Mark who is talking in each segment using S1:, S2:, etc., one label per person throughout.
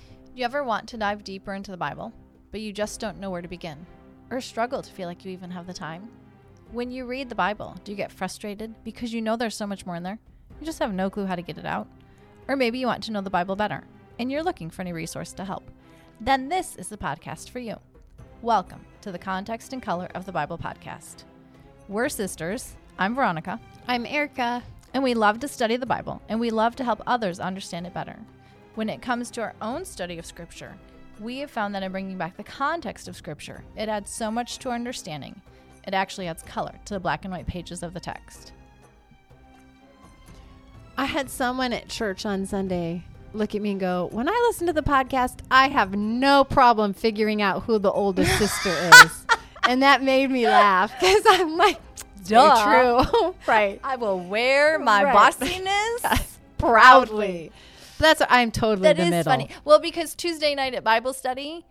S1: Do you ever want to dive deeper into the Bible, but you just don't know where to begin, or struggle to feel like you even have the time? When you read the Bible, do you get frustrated because you know there's so much more in there? You just have no clue how to get it out? Or maybe you want to know the Bible better, and you're looking for any resource to help. Then this is the podcast for you. Welcome to the Context and Color of the Bible podcast. We're sisters. I'm Veronica.
S2: I'm Erica.
S1: And we love to study the Bible, and we love to help others understand it better. When it comes to our own study of Scripture, we have found that in bringing back the context of Scripture, it adds so much to our understanding. It actually adds color to the black and white pages of the text.
S2: I had someone at church on Sunday look at me and go, When I listen to the podcast, I have no problem figuring out who the oldest sister is. And that made me laugh because I'm like, it's very
S1: Duh.
S2: true. right.
S1: I will wear my
S2: Right.
S1: bossiness
S2: Proudly. But that's what I'm totally
S1: That
S2: the
S1: is
S2: middle.
S1: funny. Well, because Tuesday night at Bible study,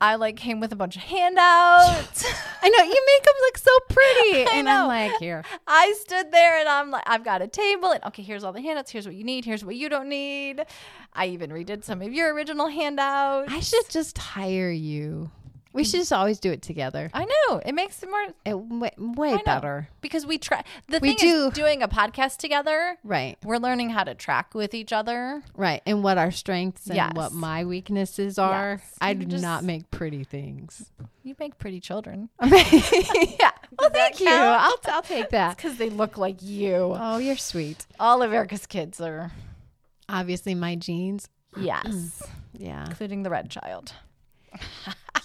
S1: I like came with a bunch of handouts.
S2: I know. You make them look so pretty.
S1: I
S2: and
S1: know.
S2: I'm like, Here.
S1: I stood there and I'm like, I've got a table and okay, here's all the handouts. Here's what you need. Here's what you don't need. I even redid some of your original handouts.
S2: I should just hire you. We should just always do it together.
S1: I know it makes it more
S2: It, way way
S1: I know.
S2: better.
S1: because we try. The thing
S2: We do.
S1: is, doing a podcast together,
S2: Right.
S1: we're learning how to track with each other.
S2: Right. And what our strengths and
S1: Yes.
S2: what my weaknesses are.
S1: Yes.
S2: I
S1: You
S2: do
S1: just-
S2: not make pretty things.
S1: You make pretty children
S2: yeah. Well, thank you.
S1: count?
S2: I'll, t- I'll take that.
S1: because they look like you.
S2: Oh, you're sweet.
S1: All of Erica's kids are
S2: Obviously, my jeans.
S1: yes,
S2: Mm. Yeah.
S1: including the red child.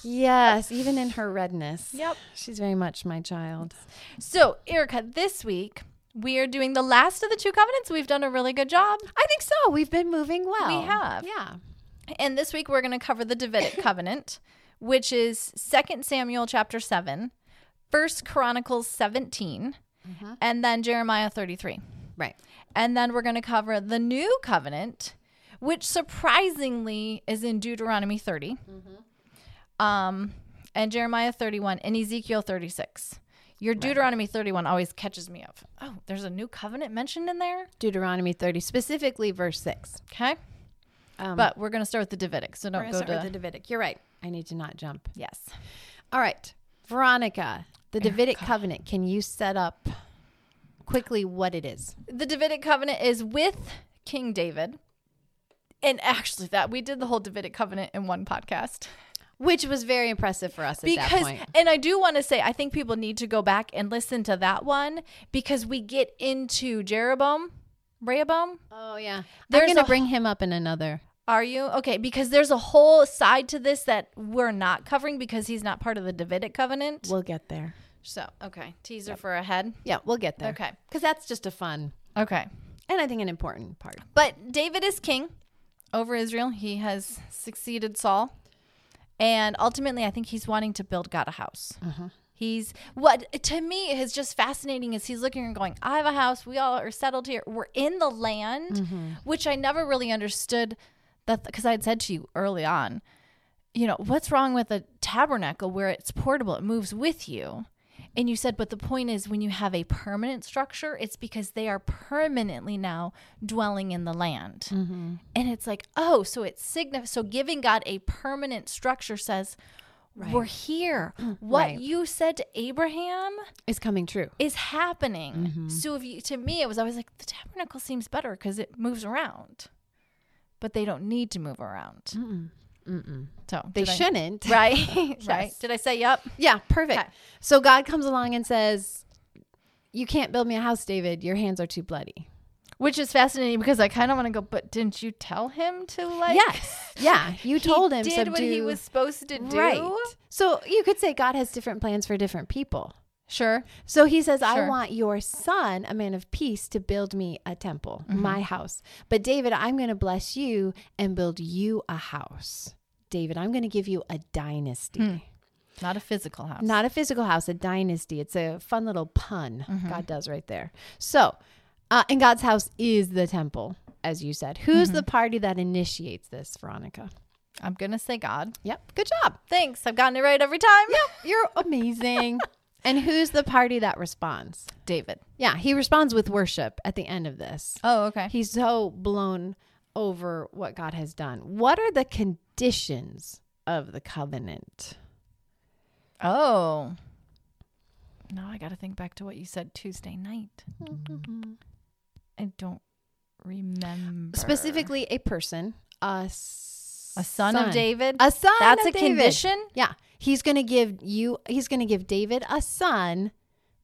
S2: yes. Even in her redness.
S1: Yep.
S2: She's very much my child.
S1: So, Erica, this week we are doing the last of the two covenants. We've done a really good job.
S2: I think so. We've been moving well.
S1: We have.
S2: Yeah.
S1: And this week we're going to cover the Davidic covenant, which is 2 Samuel chapter 7, 1 Chronicles 17,
S2: Mm-hmm.
S1: and then Jeremiah 33.
S2: Right.
S1: And then we're going to cover the new covenant, which surprisingly is in Deuteronomy 30.
S2: Mm-hmm.
S1: Um and Jeremiah 31 and Ezekiel 36. Your Deuteronomy 31 always catches me up. Oh, there's a new covenant mentioned in there?
S2: Deuteronomy 30, specifically verse 6.
S1: Okay.
S2: Um,
S1: But we're going to start with the Davidic, so
S2: we're
S1: don't
S2: gonna
S1: go
S2: start with
S1: to
S2: the Davidic. You're right. I need to not jump.
S1: Yes.
S2: All right, Veronica, the Davidic covenant. Can you set up quickly what it is?
S1: the Davidic covenant is with King David. And actually, that we did the whole Davidic covenant in one podcast
S2: Which was very impressive for us at that
S1: because,
S2: point.
S1: and I do want to say, I think people need to go back and listen to that one because we get into Jeroboam, Rehoboam.
S2: Oh yeah,
S1: There's
S2: I'm going
S1: a-
S2: to bring him up in another.
S1: Are you okay? Because there's a whole side to this that we're not covering because he's not part of the Davidic covenant.
S2: We'll get there.
S1: so, okay, teaser for ahead.
S2: Yeah, we'll get there.
S1: Okay.
S2: because that's just a fun
S1: Okay.
S2: and I think an important part.
S1: But David is king over Israel. He has succeeded Saul. And ultimately, I think he's wanting to build God a house. He's what to me is just fascinating is he's looking and going, I have a house. We all are settled here. We're in the land, which I never really understood that because I had said to you early on, you know, what's wrong with a tabernacle where it's portable, it moves with you? And you said, but the point is when you have a permanent structure, it's because they are permanently now dwelling in the land. And it's like, oh, so it's signif so giving God a permanent structure says, we're here. What
S2: Right.
S1: you said to Abraham
S2: It's coming true.
S1: is happening. So if you to me it was always like the tabernacle seems better because it moves around. But they don't need to move around. So
S2: They
S1: did I-
S2: shouldn't.
S1: Right. Right. Did I say yep?
S2: Yeah, perfect.
S1: Okay.
S2: So God comes along and says, "You can't build me a house, David. Your hands are too bloody."
S1: Which is fascinating because I kind of want to go, but didn't you tell him to like?
S2: Yes. Yeah, you
S1: He
S2: told him
S1: did
S2: subdue.
S1: what he was supposed to do.
S2: Right. So you could say God has different plans for different people.
S1: Sure.
S2: So he says, I
S1: Sure.
S2: want your son, a man of peace, to build me a temple,
S1: Mm-hmm.
S2: my house. But David, I'm going to bless you and build you a house. David, I'm going to give you a dynasty.
S1: Hmm. Not a physical house.
S2: Not a physical house, a dynasty. It's a fun little pun
S1: Mm-hmm.
S2: God does right there. So, uh, and God's house is the temple, as you said. Who's
S1: Mm-hmm.
S2: the party that initiates this, Veronica?
S1: I'm gonna say God.
S2: Yep. Good job.
S1: Thanks. I've gotten it right every time.
S2: You're amazing. and who's the party that responds?
S1: David.
S2: Yeah, he responds with worship at the end of this.
S1: Oh, okay.
S2: He's so blown over what God has done. What are the conditions of the covenant?
S1: Oh. Now I got to think back to what you said Tuesday night. Mm-hmm. I don't remember.
S2: Specifically, a person, a, s-
S1: a son, of David.
S2: A son.
S1: That's
S2: of
S1: a
S2: David.
S1: condition?
S2: Yeah, he's going to give you. He's going to give David a son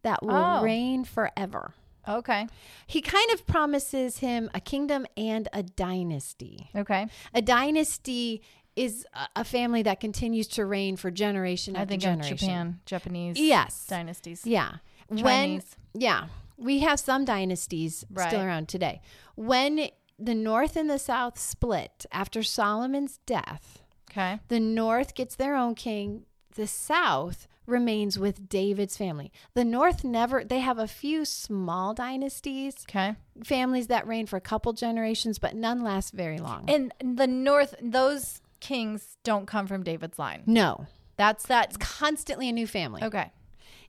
S2: that will
S1: Oh.
S2: reign forever.
S1: Okay.
S2: He kind of promises him a kingdom and a dynasty.
S1: Okay.
S2: A dynasty is a- a family that continues to reign for generation
S1: I
S2: after
S1: think of
S2: generation.
S1: Japan, Japanese
S2: Yes.
S1: dynasties.
S2: Yeah.
S1: Chinese.
S2: When yeah, we have some dynasties
S1: Right.
S2: still around today. When the north and the south split after Solomon's death,
S1: Okay.
S2: the north gets their own king, the south remains with David's family. The north never they have a few small dynasties,
S1: Okay.
S2: families that reign for a couple generations, but none last very long.
S1: And the north those kings don't come from David's line.
S2: no.
S1: That's that
S2: Constantly a new family.
S1: Okay.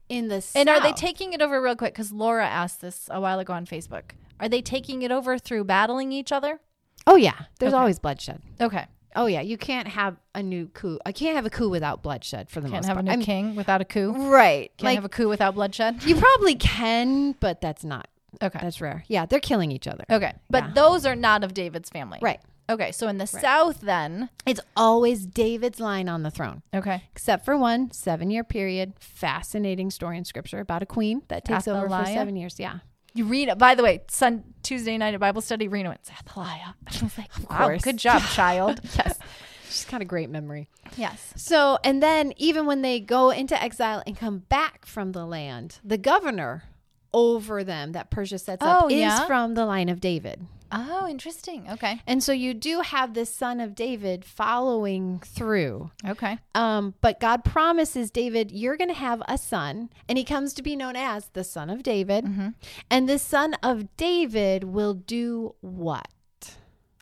S2: In the south.
S1: And are they taking it over real quick? Because Laura asked this a while ago on Facebook. Are they taking it over through battling each other?
S2: Oh yeah. There's
S1: Okay.
S2: always bloodshed.
S1: Okay.
S2: Oh yeah, you can't have a new coup. I can't have a coup without bloodshed for the
S1: Can't
S2: most
S1: have a
S2: part.
S1: new
S2: I mean,
S1: king without a coup. Can't
S2: Right. like
S1: have a coup without bloodshed.
S2: you probably can, but that's not
S1: Okay.
S2: that's rare. Yeah, they're killing each other.
S1: Okay. But
S2: Yeah.
S1: those are not of David's family.
S2: Right.
S1: Okay. So in the South, then.
S2: It's always David's line on the throne.
S1: Okay.
S2: Except for one seven year period. Fascinating story in scripture about a queen that takes over for
S1: Athaliah?
S2: seven years. Yeah.
S1: You read it. By the way, Sun Tuesday night at Bible study, Rena went, Athaliah. I was like, wow,
S2: course.
S1: good job, child.
S2: Yes. She's got a great memory.
S1: yes.
S2: So and then even when they go into exile and come back from the land, the governor over them that Persia sets
S1: Oh,
S2: up is
S1: yeah?
S2: from the line of David.
S1: Oh, interesting. Okay.
S2: And so you do have this son of David following through.
S1: Okay.
S2: Um, but God promises David, you're going to have a son, and he comes to be known as the son of David.
S1: Mm-hmm.
S2: And this son of David will do what?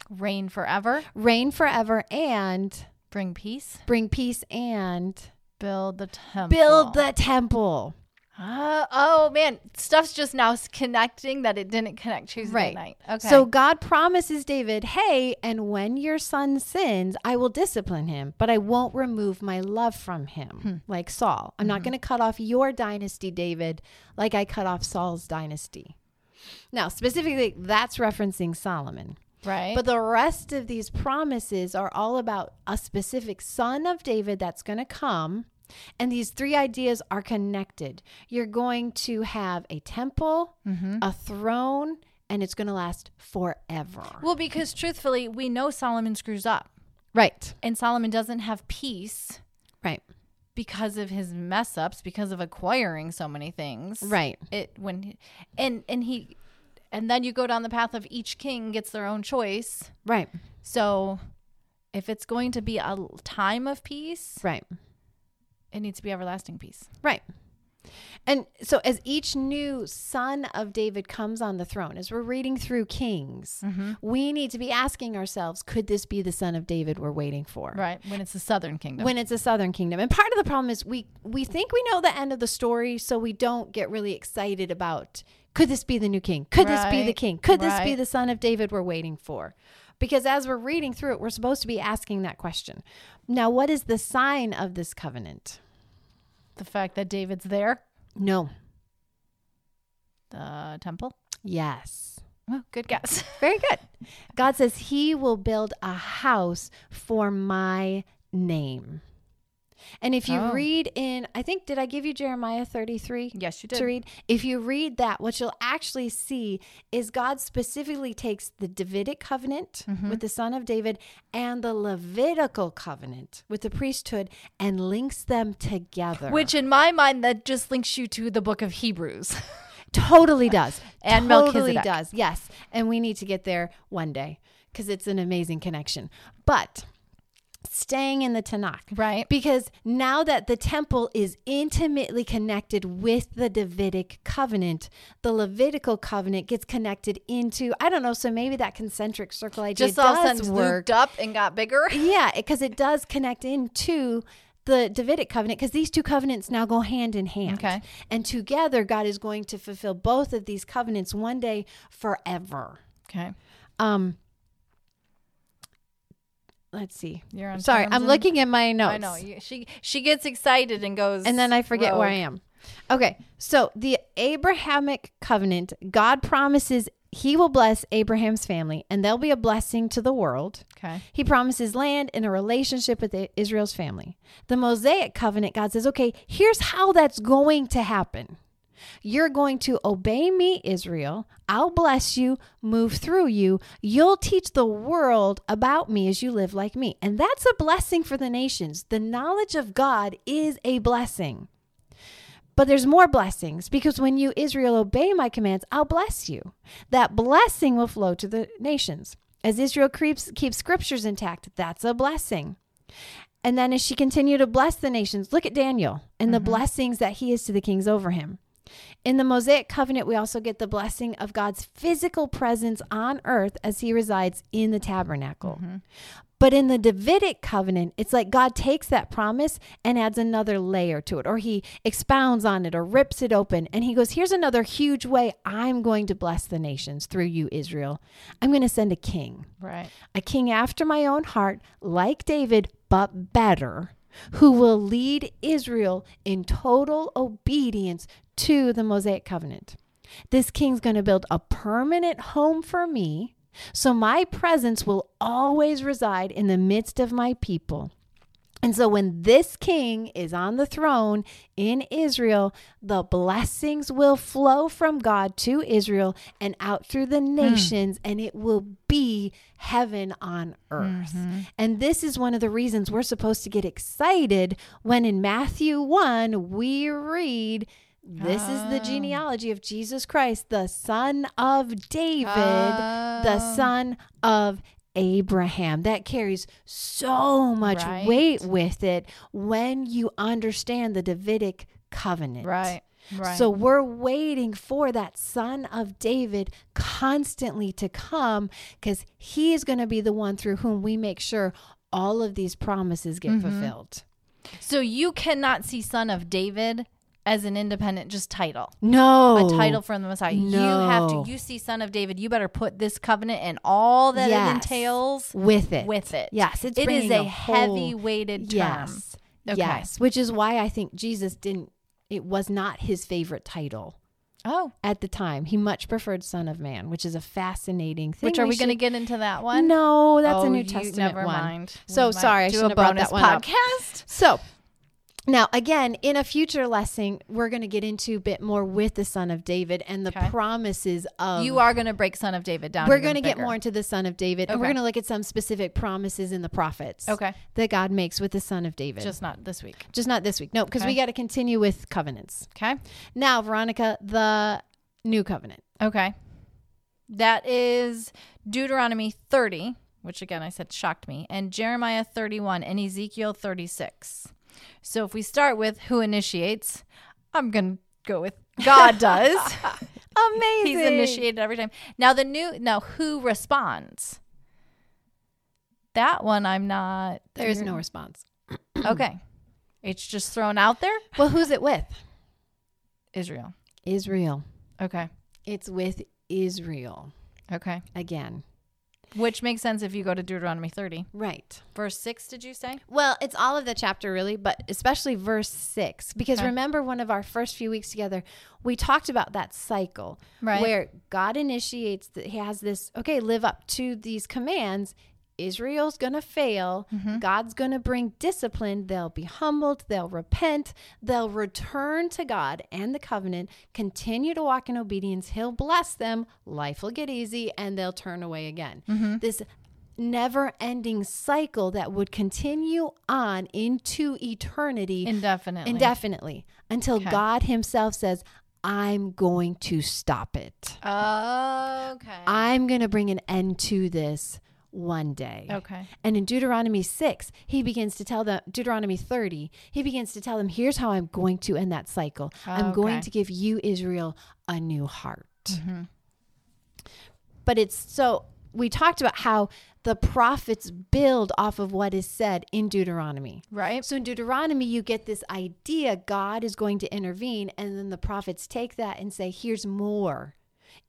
S1: Reign forever,
S2: Reign forever and
S1: bring peace,
S2: bring peace and
S1: build the temple.
S2: build the temple.
S1: Oh, oh, man. Stuff's just now s- connecting that it didn't connect Tuesday
S2: Right.
S1: night. Okay.
S2: So God promises David, hey, and when your son sins, I will discipline him, but I won't remove my love from him, like Saul. I'm not going to cut off your dynasty, David, like I cut off Saul's dynasty. Now, specifically, that's referencing Solomon.
S1: right.
S2: But the rest of these promises are all about a specific son of David that's going to come. And these three ideas are connected. You're going to have a temple, a throne, and it's going to last forever.
S1: well, because truthfully, we know Solomon screws up
S2: Right,
S1: and Solomon doesn't have peace
S2: right,
S1: because of his mess ups, because of acquiring so many things.
S2: right.
S1: it when he, and and he and then you go down the path of each king gets their own choice
S2: Right,
S1: so if it's going to be a l- time of peace
S2: right,
S1: it needs to be everlasting peace
S2: right. And so, as each new son of David comes on the throne, as we're reading through Kings, we need to be asking ourselves could this be the son of David we're waiting for?
S1: right when it's the southern kingdom
S2: when it's a southern kingdom and part of the problem is we we think we know the end of the story so we don't get really excited about could this be the new king could this be the
S1: Right,
S2: king could this be
S1: right.
S2: the son of david we're waiting for because as we're reading through it we're supposed to be asking that question now what is the sign of this covenant
S1: the fact that david's there
S2: no
S1: the temple
S2: yes
S1: oh, good guess
S2: very good god says he will build a house for my name and if you
S1: Oh.
S2: read in i think did i give you jeremiah 33
S1: yes you did
S2: to read. If you read that, what you'll actually see is God specifically takes the Davidic covenant with the son of David and the Levitical covenant with the priesthood and links them together.
S1: which in my mind that just links you to the book of hebrews
S2: totally does.
S1: And
S2: totally
S1: Melchizedek.
S2: does. Yes. And we need to get there one day because it's an amazing connection. But staying in the Tanakh.
S1: right
S2: Because now that the temple is intimately connected with the Davidic covenant, the Levitical covenant gets connected into, I don't know, so maybe that concentric circle idea
S1: just all of a
S2: does
S1: sudden
S2: work.
S1: looped up and got bigger
S2: Yeah, because it does connect into the Davidic covenant because these two covenants now go hand in hand.
S1: Okay.
S2: And together, God is going to fulfill both of these covenants one day forever.
S1: okay
S2: Um, let's see.
S1: You're on.
S2: Sorry,
S1: terms
S2: I'm
S1: and-
S2: looking at my notes.
S1: I know you- she she gets excited and goes,
S2: and then I forget where I
S1: rogue.
S2: am. Okay, so the Abrahamic covenant, God promises he will bless Abraham's family and they'll be a blessing to the world.
S1: Okay.
S2: He promises land and a relationship with I- Israel's family. The Mosaic covenant, God says, okay, here's how that's going to happen. You're going to obey me, Israel. I'll bless you, move through you. You'll teach the world about me as you live like me. And that's a blessing for the nations. The knowledge of God is a blessing. But there's more blessings because when you, Israel, obey my commands, I'll bless you. That blessing will flow to the nations. As Israel creeps, keeps scriptures intact, that's a blessing. And then as she continued to bless the nations, look at Daniel and the blessings that he is to the kings over him. In the Mosaic covenant, we also get the blessing of God's physical presence on earth as he resides in the tabernacle. But in the Davidic covenant, it's like God takes that promise and adds another layer to it, or he expounds on it or rips it open. And he goes, Here's another huge way I'm going to bless the nations through you, Israel. I'm going to send a king
S1: Right.
S2: a king after my own heart, like David, but better, who will lead Israel in total obedience to the Mosaic covenant. This king's going to build a permanent home for me, so my presence will always reside in the midst of my people. And so when this king is on the throne in Israel, the blessings will flow from God to Israel and out through the nations, and it will be heaven on earth. And this is one of the reasons we're supposed to get excited when in Matthew 1 we read. This is the genealogy of Jesus Christ, the son of David,
S1: Oh.
S2: the son of Abraham. That carries so much
S1: Right.
S2: weight with it when you understand the Davidic covenant.
S1: Right. Right.
S2: So we're waiting for that son of David constantly to come because he is going to be the one through whom we make sure all of these promises
S1: Mm-hmm.
S2: get fulfilled.
S1: so you cannot see Son of David as an independent just title.
S2: No.
S1: a title from the Messiah. You have
S2: Oh, No.
S1: to. You see, son of David, you better put this covenant and all that
S2: Yes.
S1: it entails
S2: with it.
S1: with it.
S2: Yes, it's
S1: it is
S2: bringing
S1: a,
S2: a
S1: heavy
S2: whole-
S1: weighted term.
S2: Yes.
S1: Okay.
S2: Yes. Which is why I think Jesus didn't, it was not his favorite title.
S1: Oh,
S2: at the time. He much preferred Son of Man, which is a fascinating thing.
S1: which are we going to
S2: should-
S1: get into that one?
S2: No, that's
S1: Oh,
S2: a New
S1: you-
S2: Testament
S1: never
S2: one.
S1: mind.
S2: So
S1: We might
S2: sorry, I
S1: do
S2: shouldn't
S1: a
S2: have brought
S1: bonus
S2: that one up.
S1: podcast.
S2: So now, again, in a future lesson, we're going to get into a bit more with the Son of David and the
S1: Okay.
S2: promises of.
S1: You are going to break son of David down.
S2: Um, we're
S1: even
S2: going to get
S1: bigger.
S2: more into the Son of David, and we're
S1: Okay.
S2: going to look at some specific promises in the prophets
S1: Okay.
S2: that God makes with the Son of David.
S1: Just not this week.
S2: Just not this week. No, because
S1: Okay.
S2: we got to continue with covenants.
S1: Okay.
S2: Now, Veronica, the new covenant.
S1: Okay. That is Deuteronomy 30, which again I said shocked me, and Jeremiah 31 and Ezekiel 36. So if we start with who initiates, I'm going to go with God does.
S2: Amazing.
S1: He's initiated every time. Now the new now who responds? That one I'm not
S2: There's no response.
S1: Okay. It's just thrown out there.
S2: Well, who's it with?
S1: Israel.
S2: Israel.
S1: Okay.
S2: It's with Israel
S1: Okay.
S2: again.
S1: Which makes sense if you go to Deuteronomy 30.
S2: Right.
S1: Verse 6 did you say?
S2: Well, it's all of the chapter really, but especially verse 6 because
S1: Okay.
S2: remember one of our first few weeks together, we talked about that cycle
S1: Right.
S2: where God initiates that he has this, okay, live up to these commands. Israel's going to fail.
S1: Mm-hmm.
S2: God's going to bring discipline. They'll be humbled. They'll repent. They'll return to God and the covenant, continue to walk in obedience. He'll bless them. Life will get easy and they'll turn away again.
S1: Mm-hmm.
S2: This never ending cycle that would continue on into eternity
S1: Indefinitely.
S2: indefinitely until
S1: Okay.
S2: God Himself says, I'm going to stop it.
S1: Oh, Okay.
S2: I'm going to bring an end to this one day.
S1: okay.
S2: And in Deuteronomy 6, he begins to tell them, Deuteronomy 30, he begins to tell them, here's how I'm going to end that cycle. I'm
S1: Okay.
S2: going
S1: Mm-hmm.
S2: to give you, Israel, a new heart. But it's so, we talked about how the prophets build off of what is said in Deuteronomy.
S1: Right.
S2: So in Deuteronomy, you get this idea God is going to intervene, and then the prophets take that and say, here's more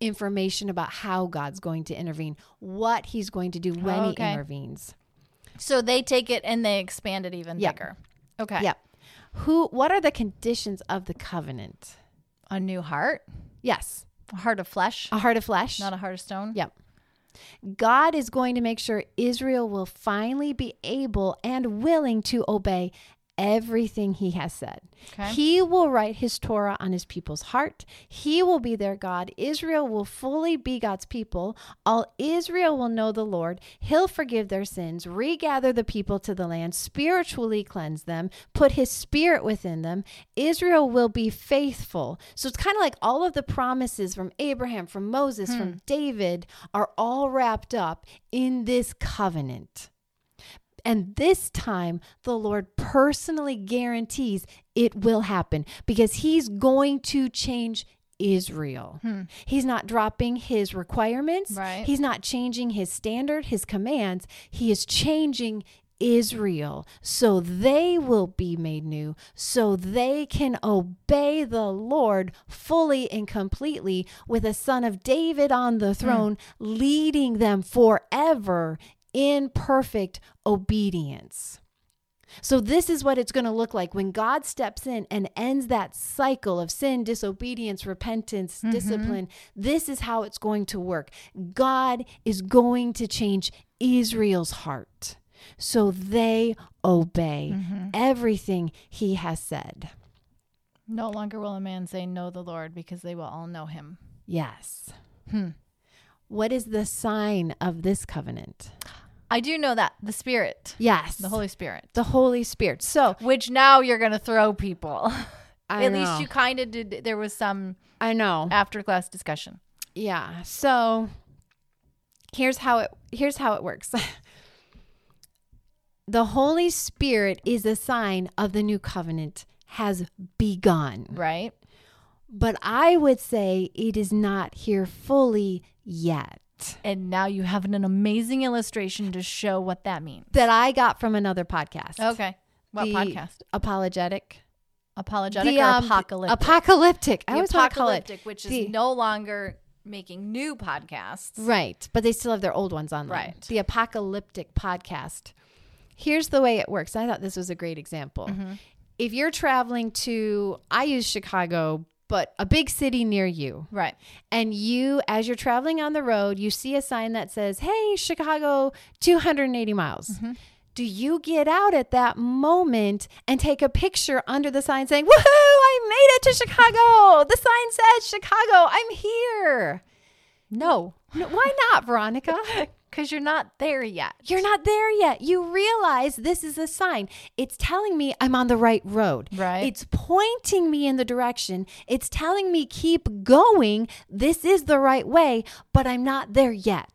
S2: information about how God's going to intervene, what he's going to do when
S1: Oh, Okay.
S2: he intervenes.
S1: So they take it and they expand it even
S2: Yeah.
S1: bigger. Okay.
S2: Yep. Who? What are the conditions of the covenant?
S1: A new heart,
S2: Yes,
S1: a heart of flesh,
S2: a heart of flesh.
S1: not a heart of stone.
S2: Yep. God is going to make sure Israel will finally be able and willing to obey everything he has said.
S1: Okay.
S2: He will write his Torah on his people's heart. He will be their God. Israel will fully be God's people. All Israel will know the Lord. He'll forgive their sins, regather the people to the land, spiritually cleanse them, put his spirit within them. Israel will be faithful. So it's kind of like all of the promises from Abraham, from Moses, from David are all wrapped up in this covenant. And this time, the Lord personally guarantees it will happen because He's going to change Israel. He's not dropping His requirements,
S1: Right.
S2: He's not changing His standard, His commands. He is changing Israel so they will be made new, so they can obey the Lord fully and completely with a son of David on the throne, leading them forever in perfect obedience. So, this is what it's going to look like when God steps in and ends that cycle of sin, disobedience, repentance, discipline. This is how it's going to work. God is going to change Israel's heart so they obey everything he has said.
S1: No longer will a man say, Know the Lord, because they will all know him.
S2: Yes. Hmm. What is the sign of this covenant?
S1: I do know that the Spirit,
S2: Yes.
S1: the Holy Spirit,
S2: the Holy Spirit. So,
S1: which now you're going to throw people.
S2: I
S1: At
S2: know.
S1: least you kind of did. There was some
S2: I know.
S1: after class discussion.
S2: Yeah. So here's how it here's how it works. the Holy Spirit is a sign of the new covenant has begun.
S1: Right.
S2: But I would say it is not here fully yet.
S1: And now you have an amazing illustration to show what that means.
S2: That I got from another podcast.
S1: Okay. Oh, What
S2: The
S1: podcast?
S2: Apologetic.
S1: Apologetic
S2: The,
S1: or
S2: um,
S1: apocalyptic?
S2: Apocalyptic. I
S1: The
S2: always want to call it.
S1: apocalyptic, which is
S2: the-
S1: no longer making new podcasts.
S2: Right. But they still have their old ones online.
S1: Right.
S2: The apocalyptic podcast. Here's the way it works. I thought this was a great example. If you're traveling to, I use Chicago, but a big city near you,
S1: Right.
S2: and you, as you're traveling on the road, you see a sign that says, Hey, Chicago, 280 miles. Do you get out at that moment and take a picture under the sign saying, Woohoo, I made it to Chicago? The sign says, Chicago, I'm here.
S1: No,
S2: No, why not, Veronica?
S1: because you're not there yet.
S2: You're not there yet. You realize this is a sign. It's telling me I'm on the right road.
S1: Right.
S2: It's pointing me in the direction. It's telling me keep going. This is the right way, but I'm not there yet.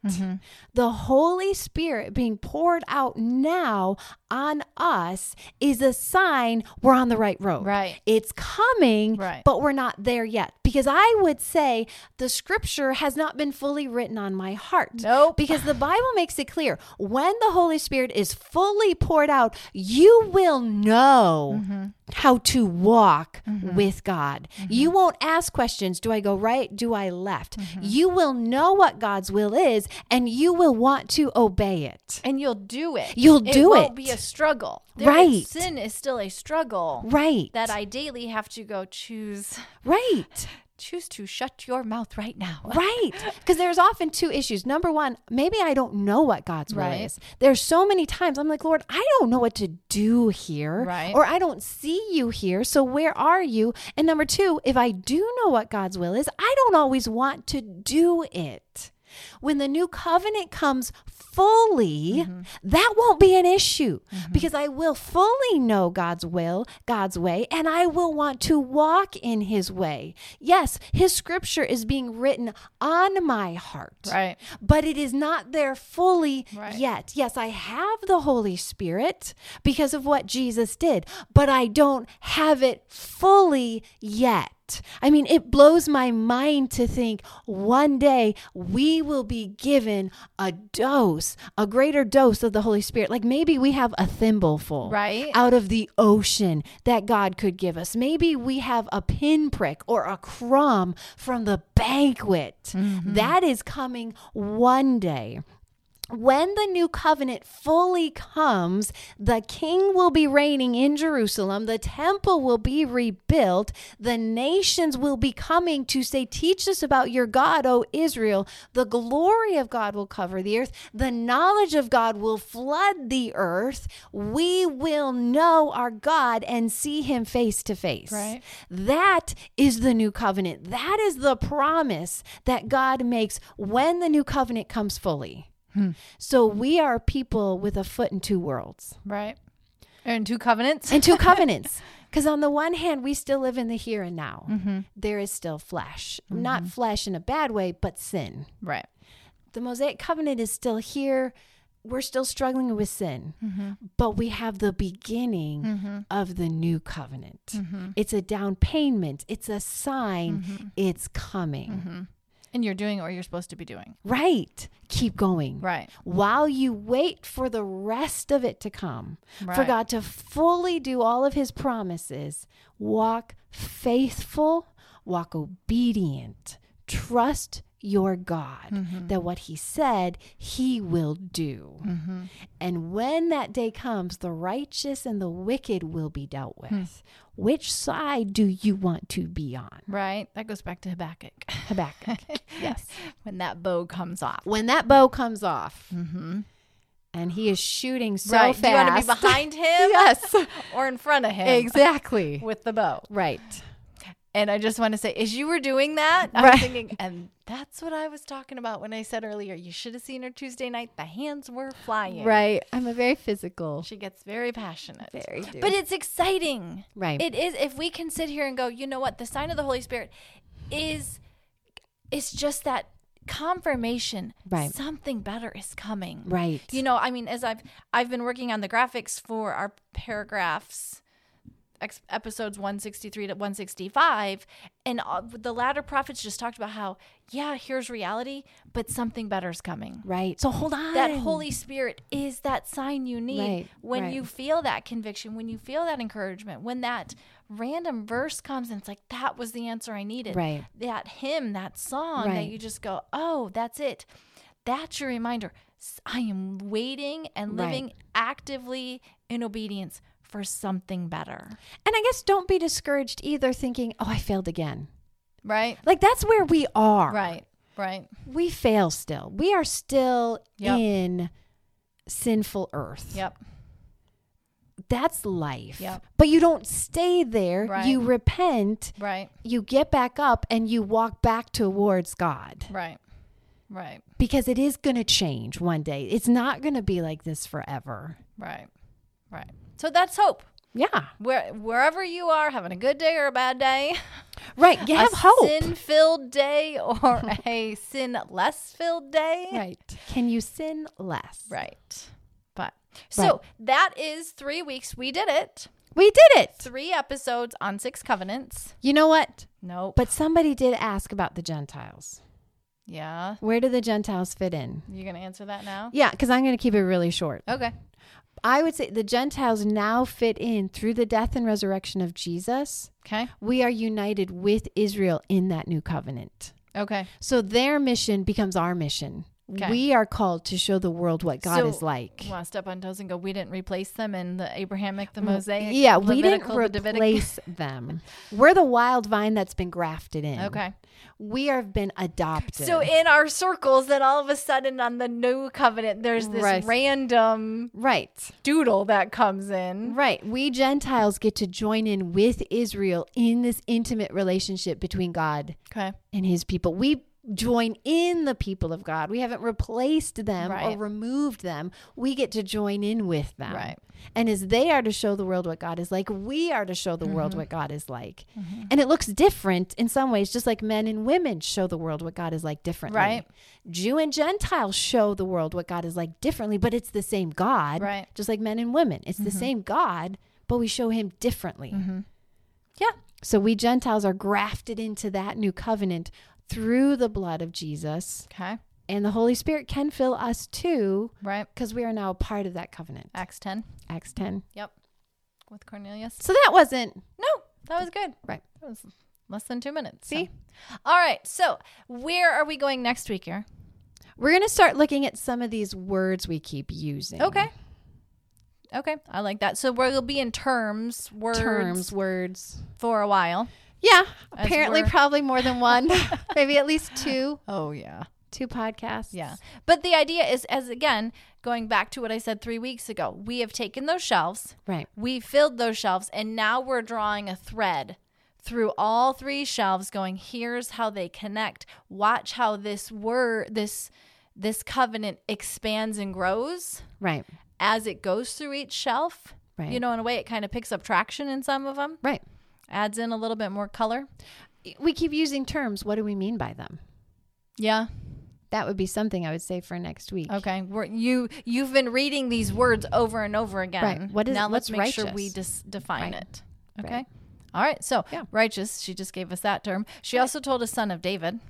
S2: The Holy Spirit being poured out now on us is a sign we're on the right road.
S1: Right.
S2: It's coming,
S1: Right.
S2: but we're not there yet. Because I would say the scripture has not been fully written on my heart.
S1: Nope.
S2: Oh, Because the Bible makes it clear when the Holy Spirit is fully poured out, you will know
S1: Mm-hmm.
S2: how to walk with God. You won't ask questions do I go right? Do I left?
S1: Mm-hmm.
S2: You will know what God's will is and you will want to obey it.
S1: And you'll do it.
S2: You'll do
S1: It
S2: it.
S1: won't be a struggle.
S2: Right.
S1: Sin is still a struggle
S2: Right.
S1: that I daily have to go choose.
S2: right.
S1: Choose to shut your mouth right now.
S2: Right. Because there's often two issues. Number one, maybe I don't know what God's will
S1: Right.
S2: is. There's so many times I'm like, Lord, I don't know what to do here.
S1: Right.
S2: Or I don't see you here. So where are you? And number two, if I do know what God's will is, I don't always want to do it. When the new covenant comes fully, that won't be an issue because I will fully know God's will, God's way, and I will want to walk in His way. Yes, His scripture is being written on my heart
S1: Right.
S2: but it is not there fully
S1: Right.
S2: yet. Yes, I have the Holy Spirit because of what Jesus did, but I don't have it fully yet. I mean, it blows my mind to think one day we will be given a dose, a greater dose of the Holy Spirit. Like maybe we have a thimbleful
S1: Right.
S2: out of the ocean that God could give us. Maybe we have a pinprick or a crumb from the banquet. That is coming one day. when the new covenant fully comes, the king will be reigning in Jerusalem, the temple will be rebuilt, the nations will be coming to say, Teach us about your God, O Israel. The glory of God will cover the earth, the knowledge of God will flood the earth. We will know our God and see him face to face.
S1: Right.
S2: That is the new covenant. That is the promise that God makes when the new covenant comes fully. So we are people with a foot in two worlds
S1: Right. And two covenants.
S2: and two covenants. Because on the one hand, we still live in the here and now. There is still flesh, not flesh in a bad way, but sin.
S1: right.
S2: The Mosaic covenant is still here. We're still struggling with sin, but we have the beginning of the new covenant. It's a down payment, it's a sign, it's coming.
S1: And you're doing or you're supposed to be doing.
S2: Right. Keep going.
S1: Right.
S2: while you wait for the rest of it to come, for
S1: Right.
S2: God to fully do all of his promises, walk faithful, walk obedient, trust your God
S1: Mm-hmm.
S2: that what he said, he will do.
S1: Mm-hmm.
S2: And when that day comes, the righteous and the wicked will be dealt with.
S1: Hmm.
S2: Which side do you want to be on?
S1: Right. That goes back to Habakkuk.
S2: Habakkuk.
S1: yes. When that bow comes off.
S2: when that bow comes off, and he is shooting so
S1: Mm-hmm. right.
S2: fast.
S1: Do you want to be behind him
S2: yes,
S1: or in front of him
S2: exactly.
S1: with the bow?
S2: Right.
S1: And I just want to say, as you were doing that, I
S2: Right.
S1: was thinking, and that's what I was talking about when I said earlier, you should have seen her Tuesday night. The hands were flying.
S2: Right. I'm a very physical.
S1: She gets very passionate.
S2: Very do.
S1: But it's exciting.
S2: Right.
S1: It is if we can sit here and go, you know what, the sign of the Holy Spirit is it's just that confirmation
S2: Right.
S1: something better is coming.
S2: Right.
S1: You know, I mean, as I've I've been working on the graphics for our paragraphs, ex- episodes one sixty three to one sixty five, and all, the latter prophets just talked about how yeah, here's reality, but something better's coming.
S2: right. So hold on.
S1: That Holy Spirit is that sign you need
S2: Right,
S1: when
S2: right.
S1: you feel that conviction, when you feel that encouragement, when that random verse comes and it's like, that was the answer I needed.
S2: Right.
S1: That hymn, that song that
S2: Right.
S1: you just go, oh, that's it. That's your reminder. S- I am waiting and
S2: Right.
S1: living actively in obedience for something better.
S2: And I guess don't be discouraged either thinking, "Oh, I failed again."
S1: Right?
S2: Like that's where we are.
S1: Right. Right.
S2: We fail still. We are still
S1: Yep.
S2: in sinful earth.
S1: Yep.
S2: That's life.
S1: Yep.
S2: But you don't stay there.
S1: Right.
S2: You repent,
S1: Right.
S2: you get back up and you walk back towards God.
S1: Right. Right.
S2: because it is going to change one day. It's not going to be like this forever.
S1: Right. Right. So that's hope.
S2: Yeah.
S1: where wherever you are having a good day or a bad day
S2: Right. You have
S1: a
S2: hope.
S1: sin-filled day or a sin-less filled day
S2: Right. Can you sin less?
S1: right but so that is three weeks we did it
S2: We did it.
S1: three episodes on six covenants
S2: You know what?
S1: nope
S2: But somebody did ask about the Gentiles.
S1: yeah
S2: Where do the Gentiles fit in?
S1: you gonna answer that now
S2: Yeah, because I'm going to keep it really short.
S1: okay
S2: I would say the Gentiles now fit in through the death and resurrection of Jesus.
S1: okay
S2: We are united with Israel in that new covenant.
S1: okay
S2: So their mission becomes our mission.
S1: Okay.
S2: We are called to show the world what God
S1: So-
S2: is like.
S1: want to step on toes and go we didn't replace them in the abrahamic the mosaic
S2: Mm, Yeah, we didn't
S1: Levitical, the Davidic.
S2: replace them. We're the wild vine that's been grafted in.
S1: okay
S2: We have been adopted.
S1: So in our circles, then all of a sudden on the new covenant, there's this
S2: Right.
S1: random
S2: right,
S1: doodle that comes in.
S2: right. We Gentiles get to join in with Israel in this intimate relationship between God
S1: Okay.
S2: and his people. We join in the people of God. We haven't replaced them or
S1: Right.
S2: removed them. We get to join in with them.
S1: Right.
S2: And as they are to show the world what God is like, we are to show the
S1: Mm-hmm.
S2: world what God is like. And it looks different in some ways, just like men and women show the world what God is like differently.
S1: Right.
S2: Jew and Gentile show the world what God is like differently, but it's the same God.
S1: Right. Mm-hmm.
S2: Just like men and women. It's the same God, but we show him differently.
S1: Mm. Yeah.
S2: So we Gentiles are grafted into that new covenant through the blood of Jesus,
S1: Okay.
S2: and the Holy Spirit can fill us too
S1: Right.
S2: because we are now a part of that covenant.
S1: Acts 10.
S2: Acts 10.
S1: Yep. With Cornelius.
S2: So that wasn't
S1: No, that was good.
S2: right.
S1: That was less than two minutes.
S2: See?
S1: so. All right. So where are we going next week, here?
S2: We're going to start looking at some of these words we keep using.
S1: Okay. Okay, I like that. So we'll be in terms, words
S2: Terms, words.
S1: for a while.
S2: Yeah.
S1: As
S2: apparently,
S1: we're-
S2: probably more than one. Maybe at least two.
S1: Oh yeah.
S2: Two podcasts.
S1: Yeah. But the idea is as again, going back to what I said 3 weeks ago, we have taken those shelves,
S2: Right.
S1: we filled those shelves and now we're drawing a thread through all three shelves going here's how they connect. Watch how this word this this covenant expands and grows
S2: Right.
S1: as it goes through each shelf.
S2: Right.
S1: You know, in a way it kind of picks up traction in some of them,
S2: Right.
S1: adds in a little bit more color.
S2: We keep using terms. What do we mean by them?
S1: Yeah.
S2: That would be something I would say for next week.
S1: Okay, We're, you you've been reading these words over and over again.
S2: Right. What is-
S1: now? Let's
S2: what's
S1: make sure we
S2: righteous?
S1: dis- define
S2: Right.
S1: it. Okay.
S2: Right.
S1: All right. So
S2: Yeah.
S1: righteous. She just gave us that term. She also told us son of David.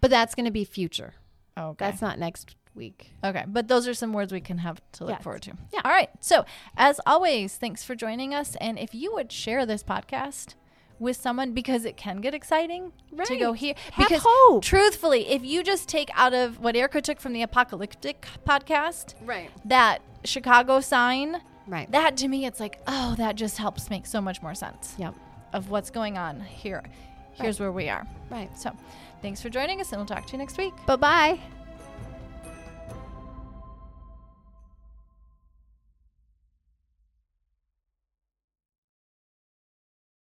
S2: But that's going to be future.
S1: Okay.
S2: That's not next week.
S1: okay. But those are some words we can have to look
S2: Yes.
S1: forward to.
S2: Yeah.
S1: All right. So as always, thanks for joining us. And if you would share this podcast with someone because it can get exciting to go
S2: Right.
S1: here
S2: Have
S1: because
S2: hope.
S1: truthfully if you just take out of what erica took from the apocalyptic podcast
S2: Right.
S1: that chicago sign
S2: Right.
S1: that to me it's like oh that just helps make so much more sense
S2: yep.
S1: of what's going on here here's where we are
S2: Right.
S1: so thanks for joining us and we'll talk to you next week
S2: Bye bye.